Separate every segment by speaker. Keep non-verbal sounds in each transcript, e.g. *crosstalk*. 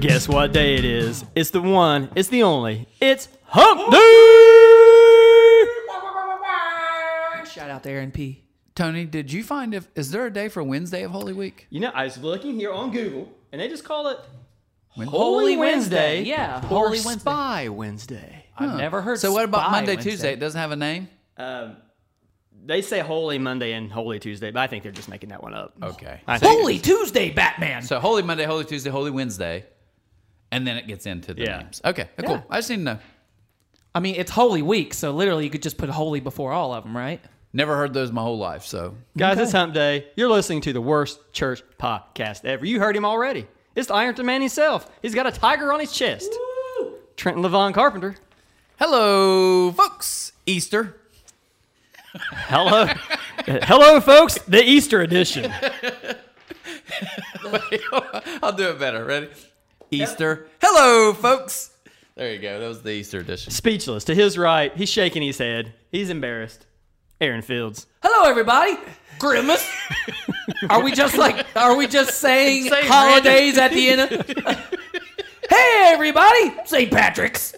Speaker 1: Guess what day it is? It's the one, it's the only, it's Hump Day!
Speaker 2: Shout out to Aaron P. Tony, did you find if is there a day for Wednesday of Holy Week?
Speaker 1: You know, I was looking here on Google, and they just call it
Speaker 2: When-
Speaker 1: Holy Wednesday.
Speaker 3: Yeah,
Speaker 1: or
Speaker 3: Holy Wednesday.
Speaker 1: Spy Wednesday.
Speaker 3: I've never heard.
Speaker 2: So what about
Speaker 3: Spy
Speaker 2: Monday,
Speaker 3: Wednesday.
Speaker 2: Tuesday? It doesn't have a name.
Speaker 1: Um, they say Holy Monday and Holy Tuesday, but I think they're just making that one up.
Speaker 2: Okay.
Speaker 1: I think
Speaker 3: Holy Tuesday, Batman.
Speaker 2: So Holy Monday, Holy Tuesday, Holy Wednesday, and then it gets into the
Speaker 1: Yeah.
Speaker 2: names. Okay, cool. I just need to know.
Speaker 3: I mean, it's Holy Week, so literally you could just put Holy before all of them, right?
Speaker 2: Never heard those my whole life, so
Speaker 1: Guys, it's Hump Day. You're listening to the worst church podcast ever. You heard him already. It's the Ironton Man himself. He's got a tiger on his chest. Trenton Levon Carpenter.
Speaker 2: hello, folks. Easter. *laughs*
Speaker 1: Hello. *laughs* Hello, folks. The Easter edition.
Speaker 2: I'll do it better. Ready? Easter. Hello, folks. There you go. That was the Easter edition.
Speaker 1: Speechless. To his right, he's shaking his head. He's embarrassed. Aaron Fields.
Speaker 3: Hello, everybody. *laughs* Grimace. are we just like? Are we *laughs* just saying
Speaker 2: Say
Speaker 3: holidays at the end? of... *laughs* hey, everybody. St. Patrick's.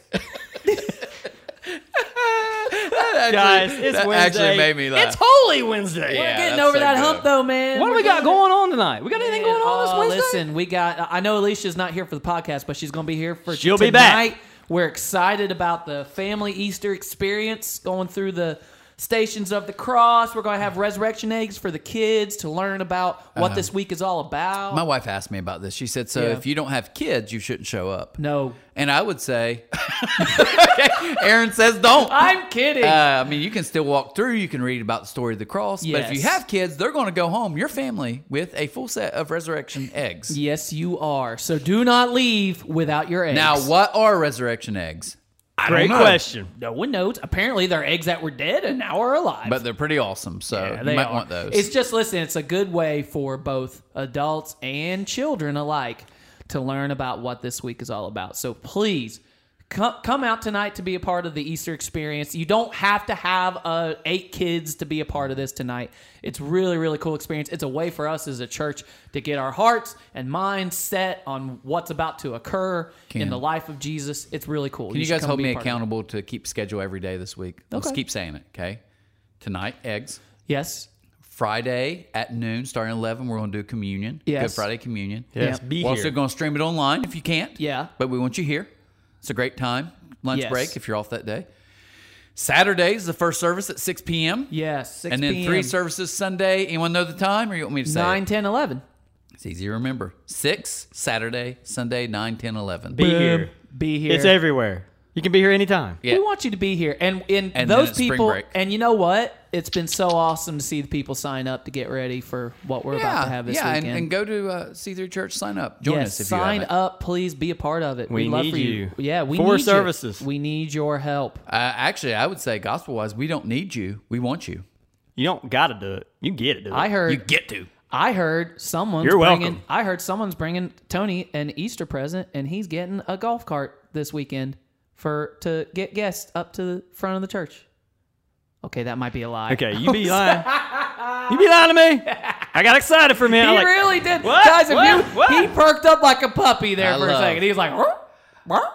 Speaker 1: Guys, it's
Speaker 2: that
Speaker 1: Wednesday.
Speaker 2: actually made me laugh.
Speaker 1: It's Holy Wednesday.
Speaker 2: Yeah,
Speaker 3: Getting
Speaker 2: that's
Speaker 3: over
Speaker 2: so
Speaker 3: that
Speaker 2: good.
Speaker 3: hump though, man.
Speaker 1: What do
Speaker 3: We're
Speaker 1: we got
Speaker 3: doing it.
Speaker 1: going on tonight? We got anything going on this
Speaker 3: Oh,
Speaker 1: Wednesday?
Speaker 3: Listen, we got. I know Alicia's not here for the podcast, but she's going to be here for.
Speaker 1: She'll be
Speaker 3: tonight.
Speaker 1: back.
Speaker 3: We're excited about the family Easter experience, going through the stations of the cross. We're going to have resurrection eggs for the kids to learn about what this week is all about.
Speaker 2: Uh-huh. My wife asked me about this. She said, "So
Speaker 3: Yeah.
Speaker 2: if you don't have kids, you shouldn't show up."
Speaker 3: no,
Speaker 2: And I would say, *laughs* Aaron says, "Don't."
Speaker 3: I'm kidding.
Speaker 2: Uh, I mean, you can still walk through. You can read about the story of the cross. But if you
Speaker 3: Yes.
Speaker 2: have kids, they're going to go home, your family, with a full set of resurrection eggs.
Speaker 3: yes, you are. So do not leave without your eggs.
Speaker 2: Now, what are resurrection eggs?
Speaker 1: Great
Speaker 2: know.
Speaker 1: question.
Speaker 3: No one knows. Apparently, they're eggs that were dead and now are alive.
Speaker 2: But they're pretty awesome, so
Speaker 3: Yeah,
Speaker 2: Oh, you
Speaker 3: they
Speaker 2: might
Speaker 3: are.
Speaker 2: want those.
Speaker 3: It's just listen. It's a good way for both adults and children alike to learn about what this week is all about. So please come come out tonight to be a part of the Easter experience. You don't have to have uh, eight kids to be a part of this tonight. It's really really cool experience. It's a way for us as a church to get our hearts and minds set on what's about to occur in
Speaker 2: Can-
Speaker 3: the life of Jesus. It's really cool.
Speaker 2: Can you
Speaker 3: should
Speaker 2: guys
Speaker 3: come
Speaker 2: hold
Speaker 3: be a
Speaker 2: me
Speaker 3: part of it.
Speaker 2: accountable to keep schedule every day this week? Let's
Speaker 3: Okay.
Speaker 2: keep saying it, okay? Tonight, eggs.
Speaker 3: Yes.
Speaker 2: Friday at noon, starting at 11, we're going to do communion.
Speaker 3: Yes.
Speaker 2: Good Friday communion.
Speaker 1: Yes,
Speaker 3: Yeah.
Speaker 1: be
Speaker 2: We're
Speaker 1: here.
Speaker 2: also going to stream it online if you can't.
Speaker 3: Yeah.
Speaker 2: But we want you here. It's a great time. Lunch
Speaker 3: Yes.
Speaker 2: break if you're off that day. Saturday is the first service at 6 p.m.
Speaker 3: Yes. 6
Speaker 2: and then
Speaker 3: p.m.
Speaker 2: three services Sunday. Anyone know the time or you want me to say? it?
Speaker 3: 9, 10, 11.
Speaker 2: It's easy to remember. 6, Saturday, Sunday, 9, 10, 11.
Speaker 1: Be here.
Speaker 3: Be here.
Speaker 1: It's everywhere. You can be here anytime.
Speaker 2: Yeah.
Speaker 3: We want you to be here, and and,
Speaker 2: And then
Speaker 3: those
Speaker 2: it's spring
Speaker 3: people,
Speaker 2: break.
Speaker 3: and you know what? It's been so awesome to see the people sign up to get ready for what we're about to have this
Speaker 2: yeah, and,
Speaker 3: weekend.
Speaker 2: and go to uh, C3 Church, sign up. Join
Speaker 3: yes,
Speaker 2: us if
Speaker 3: sign
Speaker 2: you haven't.
Speaker 3: up, please. Be a part of it.
Speaker 1: We
Speaker 3: We'd love
Speaker 1: need
Speaker 3: for
Speaker 1: you.
Speaker 3: Yeah, we
Speaker 1: Four
Speaker 3: need you.
Speaker 1: services.
Speaker 3: We need your help.
Speaker 2: Uh, actually, I would say, gospel wise, we don't need you. We want you.
Speaker 1: You don't got to do it. You get to do it.
Speaker 3: I heard.
Speaker 2: You get to.
Speaker 3: I heard someone's
Speaker 1: You're welcome.
Speaker 3: bringing. I heard someone's bringing Tony an Easter present, and he's getting a golf cart this weekend for to get guests up to the front of the church. Okay, that might be a lie. *laughs*
Speaker 1: Okay, you be lying. you be lying to me. I got excited for a minute.
Speaker 3: He
Speaker 1: I'm like,
Speaker 3: really did.
Speaker 1: What?
Speaker 3: Guys, if
Speaker 1: What?
Speaker 3: you,
Speaker 1: What?
Speaker 3: he perked up like a puppy there
Speaker 2: I
Speaker 3: for
Speaker 2: love-
Speaker 3: a second. He was like, "Huh? Huh?"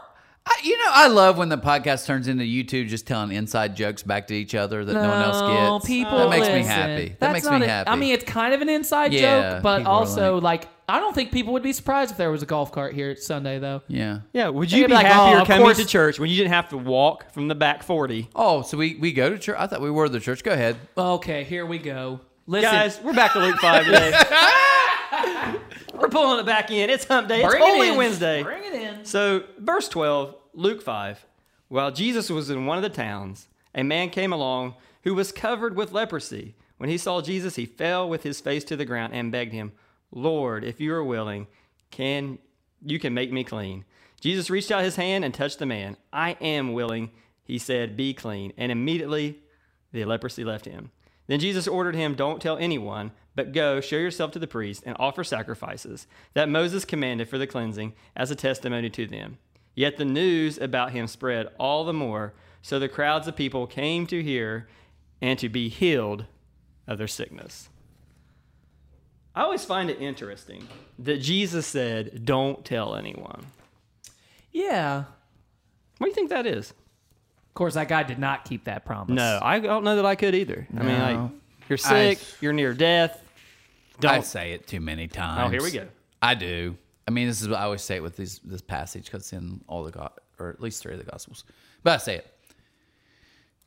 Speaker 2: I, you know, I love when the podcast turns into you two just telling inside jokes back to each other that no, one
Speaker 3: No,
Speaker 2: else gets.
Speaker 3: people
Speaker 2: that makes me
Speaker 3: listen.
Speaker 2: happy. that
Speaker 3: That's
Speaker 2: makes
Speaker 3: not
Speaker 2: me
Speaker 3: a-
Speaker 2: happy.
Speaker 3: I mean, it's kind of an inside
Speaker 2: Yeah,
Speaker 3: joke, but
Speaker 2: people are
Speaker 3: also like, I don't think people would be surprised if there was a golf cart here Sunday though.
Speaker 2: yeah.
Speaker 1: yeah, would
Speaker 3: They'd
Speaker 1: you
Speaker 3: be
Speaker 1: be,
Speaker 3: like,
Speaker 1: happier
Speaker 3: "Oh, of
Speaker 1: coming
Speaker 3: course."
Speaker 1: to church when you didn't have to walk from the back 40?
Speaker 2: Oh, so we, we go to church. I thought we were the church. Go ahead.
Speaker 3: Okay, here we go. Listen,
Speaker 1: Guys, we're back to Luke
Speaker 3: *laughs*
Speaker 1: 5 today. we're pulling it back in. It's hump day. It's
Speaker 3: bring it
Speaker 1: Holy
Speaker 3: in.
Speaker 1: Wednesday.
Speaker 3: Bring it in.
Speaker 1: So, verse 12, Luke 5. While Jesus was in one of the towns, a man came along who was covered with leprosy. When he saw Jesus, he fell with his face to the ground and begged him, "Lord, if you are willing, can you can make me clean?" Jesus reached out his hand and touched the man. "I am willing," he said, "be clean." And immediately the leprosy left him. Then Jesus ordered him, Don't tell anyone, but go, show yourself to the priest, and offer sacrifices that Moses commanded for the cleansing as a testimony to them. Yet the news about him spread all the more, so the crowds of people came to hear and to be healed of their sickness. I always find it interesting that Jesus said, Don't tell anyone.
Speaker 3: Yeah.
Speaker 1: What do you think that is?
Speaker 3: Of course, that guy did not keep that promise.
Speaker 1: No, I don't know that I could either. I mean, like, you're sick, you're near death.
Speaker 2: I
Speaker 1: Don't.
Speaker 2: say it too many times.
Speaker 1: oh, here we go.
Speaker 2: I do. I mean, this is what I always say it with these, this passage because it's in all the God, or at least three of the Gospels. But I say it.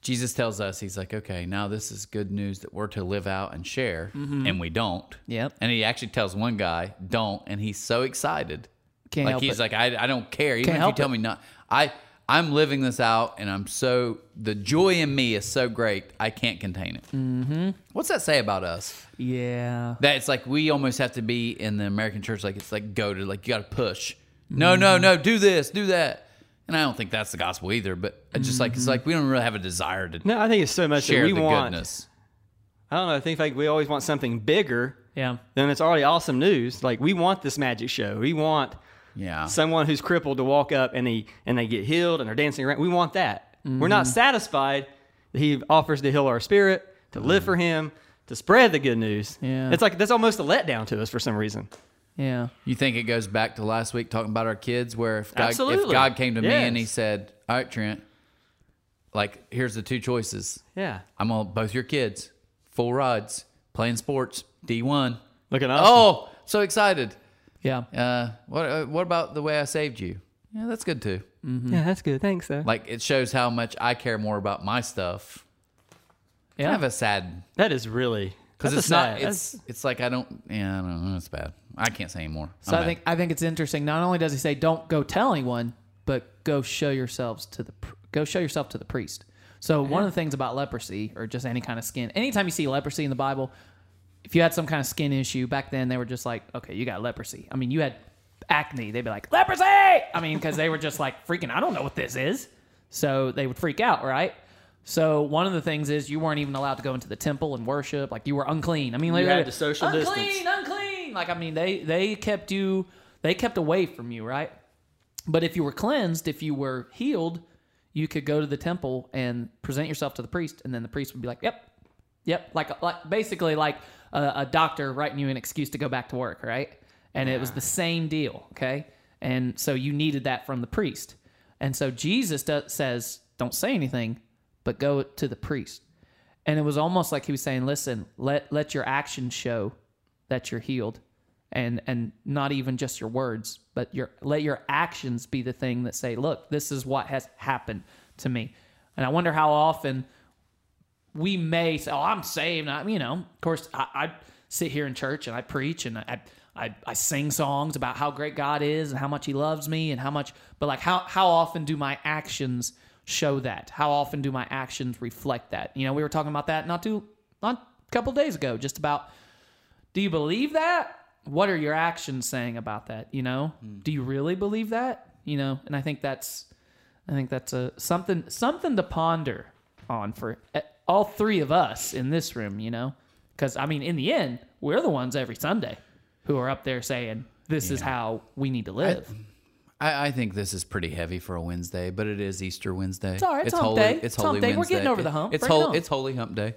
Speaker 2: Jesus tells us, He's like, okay, now this is good news that we're to live out and share, and we don't.
Speaker 3: Mm-hmm. Yep.
Speaker 2: And He actually tells one guy, don't, and he's so excited.
Speaker 3: Can't
Speaker 2: like
Speaker 3: help
Speaker 2: he's
Speaker 3: it.
Speaker 2: like, I, I don't care. Even
Speaker 3: Can't
Speaker 2: if
Speaker 3: help
Speaker 2: you tell
Speaker 3: it.
Speaker 2: me not, I I'm living this out, and I'm so the joy in me is so great, I can't contain it. Mm-hmm. What's that say about us?
Speaker 3: Yeah.
Speaker 2: that it's like we almost have to be in the American church, like it's like go to like you got to push. No,
Speaker 1: Mm-hmm.
Speaker 2: no, no, do this, do that. And I don't think that's the gospel either. But it's just like it's like we don't really have a desire to
Speaker 1: Mm-hmm. No, I think it's so much
Speaker 2: share
Speaker 1: that we
Speaker 2: the
Speaker 1: want.
Speaker 2: goodness.
Speaker 1: I don't know. I think like we always want something bigger
Speaker 3: Yeah.
Speaker 1: than it's already awesome news. Like we want this magic show. We want
Speaker 2: Yeah,
Speaker 1: someone who's crippled to walk up and he and they get healed and they're dancing around. We want that. We're
Speaker 2: Mm-hmm.
Speaker 1: not satisfied that he offers to heal our spirit, to live
Speaker 2: Mm.
Speaker 1: for him, to spread the good news.
Speaker 3: Yeah.
Speaker 1: It's like that's almost a letdown to us for some reason.
Speaker 3: Yeah.
Speaker 2: you think it goes back to last week talking about our kids, where if God, if
Speaker 1: Absolutely.
Speaker 2: God came to me and He
Speaker 1: Yes.
Speaker 2: said, "All right, Trent, like here's the two choices.
Speaker 1: Yeah.
Speaker 2: I'm on both your kids, full rides, playing sports, D1.
Speaker 1: Look at us.
Speaker 2: Oh, so excited."
Speaker 3: Yeah.
Speaker 2: Uh, what uh, what about the way I saved you? Yeah, that's good too.
Speaker 1: Yeah, that's good. Thanks, though.
Speaker 2: Mm-hmm. Like it shows how much I care more about my stuff.
Speaker 3: Yeah.
Speaker 2: Kind of a sad
Speaker 1: that is really
Speaker 2: because
Speaker 1: that's
Speaker 2: it's
Speaker 1: a
Speaker 2: not.
Speaker 1: sad-
Speaker 2: It's it's like I don't. Yeah, I don't know. It's bad. I can't say anymore.
Speaker 3: So I think I think it's interesting. Not only does he say don't go tell anyone, but go show yourselves to the pr- go show yourself to the priest. So one of the things about leprosy or just any kind of skin, anytime you see leprosy in the Bible, if you had some kind of skin issue back then, they were just like, okay, you got leprosy. I mean, you had acne, they'd be like leprosy. I mean, because they were just like freaking. I don't know what this is, so they would freak out, right? So one of the things is you weren't even allowed to go into the temple and worship. Like you were unclean. I mean, like,
Speaker 1: had to social
Speaker 3: unclean,
Speaker 1: distance.
Speaker 3: unclean. Like I mean, they they kept you, they kept away from you, right? But if you were cleansed, if you were healed, you could go to the temple and present yourself to the priest, and then the priest would be like, "Yep, yep," like like basically like a, a doctor writing you an excuse to go back to work, right? And it was the same deal, okay? And so you needed that from the priest, and so Jesus does, says, "Don't say anything, but go to the priest." And it was almost like he was saying, "Listen, let let your actions show that you're healed and and not even just your words but your let your actions be the thing that say look this is what has happened to me and i wonder how often we may say oh i'm saved i you know of course i, I sit here in church and i preach and I, I i sing songs about how great god is and how much he loves me and how much but like how how often do my actions show that how often do my actions reflect that you know we were talking about that not too not a couple days ago just about do you believe that? What are your actions saying about that? You know, do you really believe that? You know, and I think that's, I think that's a something something to ponder on for eh, all three of us in this room. You know, because I mean, in the end, we're the ones every Sunday who are up there saying this is how we need to live.
Speaker 2: I, I think this is pretty heavy for a Wednesday, but it is Easter Wednesday. It's
Speaker 3: all right. It's hump
Speaker 2: holy.
Speaker 3: day.
Speaker 2: It's
Speaker 3: It's
Speaker 2: holy
Speaker 3: hump day. We're
Speaker 2: Wednesday.
Speaker 3: getting over
Speaker 2: It-
Speaker 3: the hump.
Speaker 2: It's
Speaker 3: Bring it
Speaker 2: hol-
Speaker 3: on.
Speaker 2: It's holy hump day,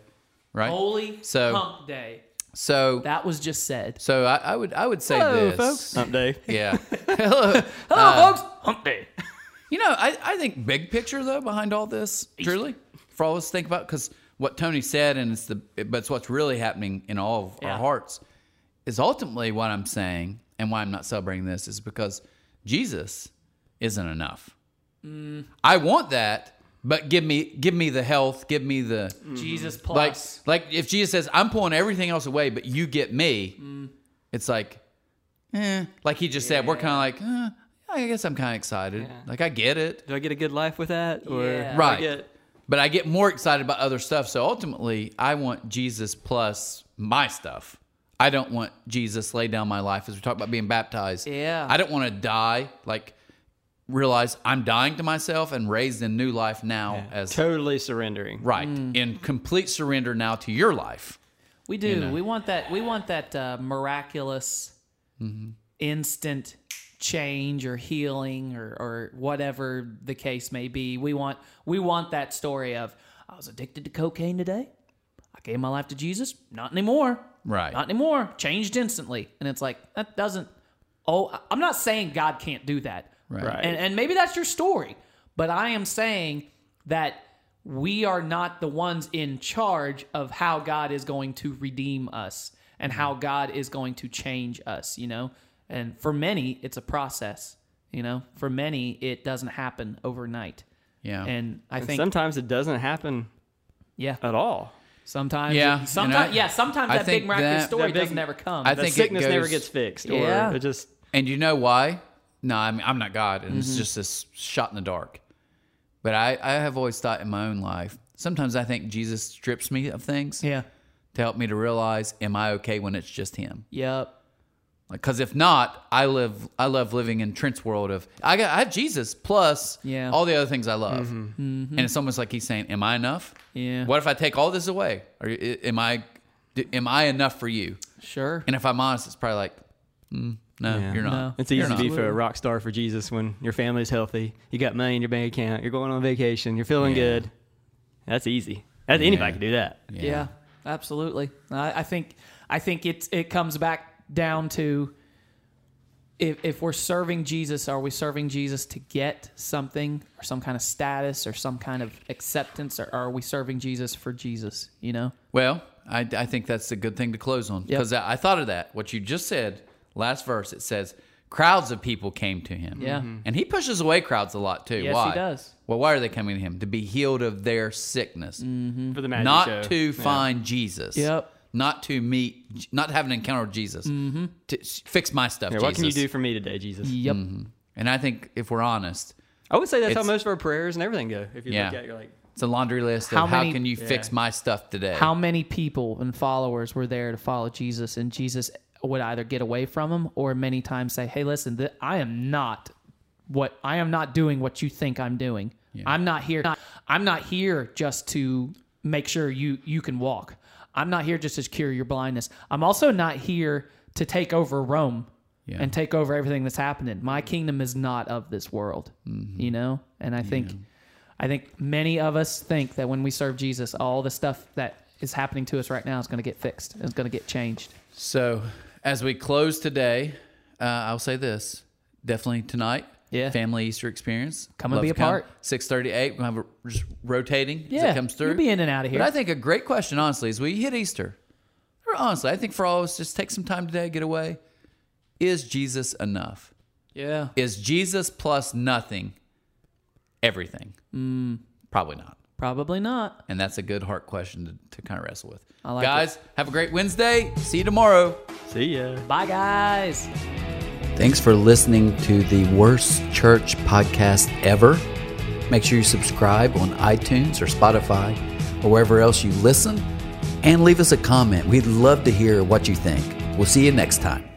Speaker 2: right?
Speaker 3: Holy
Speaker 2: So-
Speaker 3: Hump Day.
Speaker 2: So
Speaker 3: That was just said.
Speaker 2: so I, I would I would say
Speaker 3: Hello,
Speaker 2: this,
Speaker 3: folks.
Speaker 1: Hump day.
Speaker 2: Yeah. Hello.
Speaker 3: Hello,
Speaker 2: Uh,
Speaker 3: folks. Hump Day. *laughs*
Speaker 2: You know, I, I think big picture though behind all this, truly, for all us to think about, because what Tony said, and it's the, but it's what's really happening in all of our
Speaker 3: Yeah.
Speaker 2: hearts, is ultimately what I'm saying, and why I'm not celebrating this is because Jesus isn't enough. I want that, but give me give me the health, give me the
Speaker 3: Jesus
Speaker 2: like
Speaker 3: plus.
Speaker 2: like if Jesus says, "I'm pulling everything else away, but you get me," it's like, eh. Like he just said, we're kind of like, eh, I guess I'm kind of excited. Like I get it,
Speaker 1: Do I get a good life with that? Or
Speaker 3: Yeah.
Speaker 1: do I
Speaker 2: Right.
Speaker 1: get-
Speaker 2: but I get more excited about other stuff. So ultimately, I want Jesus plus my stuff. I don't want Jesus lay down my life as we talk about being baptized.
Speaker 3: Yeah.
Speaker 2: I don't want to die like realize I'm dying to myself and raised in new life now as
Speaker 1: totally surrendering.
Speaker 2: right
Speaker 3: Mm.
Speaker 2: in complete surrender now to your life.
Speaker 3: We do. We want that. We want that uh, miraculous, instant change or healing or, or whatever the case may be. We want. We want that story of I was addicted to cocaine today. I gave my life to Jesus. Not anymore.
Speaker 2: Right.
Speaker 3: Not anymore. Changed instantly. And it's like that doesn't. Oh, I- I'm not saying God can't do that.
Speaker 2: Right.
Speaker 1: Right.
Speaker 3: And, and maybe that's your story. But I am saying that we are not the ones in charge of how God is going to redeem us and how God is going to change us, you know? And for many, it's a process, you know? For many, it doesn't happen overnight.
Speaker 2: Yeah.
Speaker 3: And I
Speaker 1: And
Speaker 3: think,
Speaker 1: sometimes it doesn't happen
Speaker 3: yeah,
Speaker 1: at all.
Speaker 3: sometimes,
Speaker 2: Yeah,
Speaker 3: yeah,
Speaker 2: and
Speaker 3: sometimes,
Speaker 2: I-
Speaker 3: yeah, sometimes
Speaker 2: I
Speaker 3: that big
Speaker 2: think
Speaker 3: miraculous
Speaker 2: that-
Speaker 3: story
Speaker 1: That big-
Speaker 3: doesn't ever come.
Speaker 2: I
Speaker 1: That
Speaker 2: think it
Speaker 1: sickness never
Speaker 2: goes-
Speaker 1: gets fixed, or
Speaker 3: Yeah.
Speaker 1: it just
Speaker 2: And you know why? No, I mean, I'm not God, and
Speaker 3: Mm-hmm.
Speaker 2: it's just this shot in the dark. But I, I have always thought in my own life, sometimes I think Jesus strips me of things
Speaker 3: yeah.
Speaker 2: to help me to realize, am I okay when it's just Him?
Speaker 3: Yep.
Speaker 2: Because if not, I live. I love living in Trent's world of I got. I have Jesus plus
Speaker 3: Yeah. Mm-hmm.
Speaker 2: all the other things I love, Mm-hmm. and it's almost like he's saying, "Am I enough?
Speaker 3: Yeah.
Speaker 2: What if I take all this away? Or i- am I? d- Am I enough for you?
Speaker 3: Sure.
Speaker 2: And if I'm honest, it's probably like, mm, no,
Speaker 1: Yeah.
Speaker 2: you're
Speaker 3: No.
Speaker 2: not.
Speaker 1: It's easy
Speaker 2: You're
Speaker 1: to be
Speaker 2: not.
Speaker 1: for a rock star for Jesus when your family's healthy, you got money in your bank account, you're going on vacation, you're feeling
Speaker 2: Yeah.
Speaker 1: good. That's easy. That's, Anybody can do that.
Speaker 3: Yeah, absolutely. I, I think I think it's it comes back down to if if we're serving Jesus, are we serving Jesus to get something or some kind of status or some kind of acceptance, or are we serving Jesus for Jesus? You know?
Speaker 2: Well, I, I think that's a good thing to close on because I, I thought of that. What you just said, last verse, it says crowds of people came to him.
Speaker 3: Yeah.
Speaker 1: Mm-hmm.
Speaker 3: Mhm.
Speaker 2: and he pushes away crowds a lot too.
Speaker 3: Yes, he
Speaker 2: why?
Speaker 3: does.
Speaker 2: Well, why are they coming to him to be healed of their sickness,
Speaker 1: For the magic
Speaker 2: Mm-hmm. not
Speaker 1: show.
Speaker 2: to find Jesus?
Speaker 3: Mm. Yep.
Speaker 2: Not to meet, not to have an encounter with Jesus. Mm-hmm. To s- fix my stuff,
Speaker 1: Yeah,
Speaker 2: Jesus.
Speaker 1: what can you do for me today, Jesus?
Speaker 3: Yep.
Speaker 2: And I think if we're honest,
Speaker 1: I would say that's how
Speaker 2: It's-
Speaker 1: most of our prayers and everything go. If you
Speaker 2: Yeah.
Speaker 1: look at it, you're like,
Speaker 2: it's a laundry list
Speaker 3: How
Speaker 2: of how
Speaker 3: many-
Speaker 2: can you fix
Speaker 1: Yeah.
Speaker 2: my stuff today.
Speaker 3: How many people and followers were there to follow Jesus, and Jesus would either get away from them or many times say, "Hey, listen, th- I am not what I am not doing what you think I'm doing. I'm not here. I'm not here just to make sure you you can walk. I'm not here just to cure your blindness. I'm also not here to take over Rome and take over everything that's happening. My kingdom is not of this world, you know. And I think I think many of us think that when we serve Jesus, all the stuff that is happening to us right now is going to get fixed. It's going to get changed.
Speaker 2: So, as we close today, uh, I'll say this: definitely tonight,
Speaker 3: Yeah.
Speaker 2: family Easter experience.
Speaker 3: Come and be a part.
Speaker 2: Six thirty-eight. We'll have a, just rotating as
Speaker 3: Yeah,
Speaker 2: it comes through.
Speaker 3: you'll be in and out of here.
Speaker 2: But I think a great question, honestly, is we hit Easter. Or honestly, I think for all of us, just take some time today, get away. Is Jesus enough?
Speaker 3: Yeah,
Speaker 2: Is Jesus plus nothing everything? Mm. Probably not.
Speaker 3: probably not.
Speaker 2: And that's a good heart question to, to kind of wrestle with.
Speaker 3: I like
Speaker 2: Guys, have a great Wednesday. See you tomorrow.
Speaker 1: see ya.
Speaker 3: Bye, guys.
Speaker 2: Thanks for listening to the Worst Church podcast ever. Make sure you subscribe on iTunes or Spotify or wherever else you listen and leave us a comment. We'd love to hear what you think. We'll see you next time.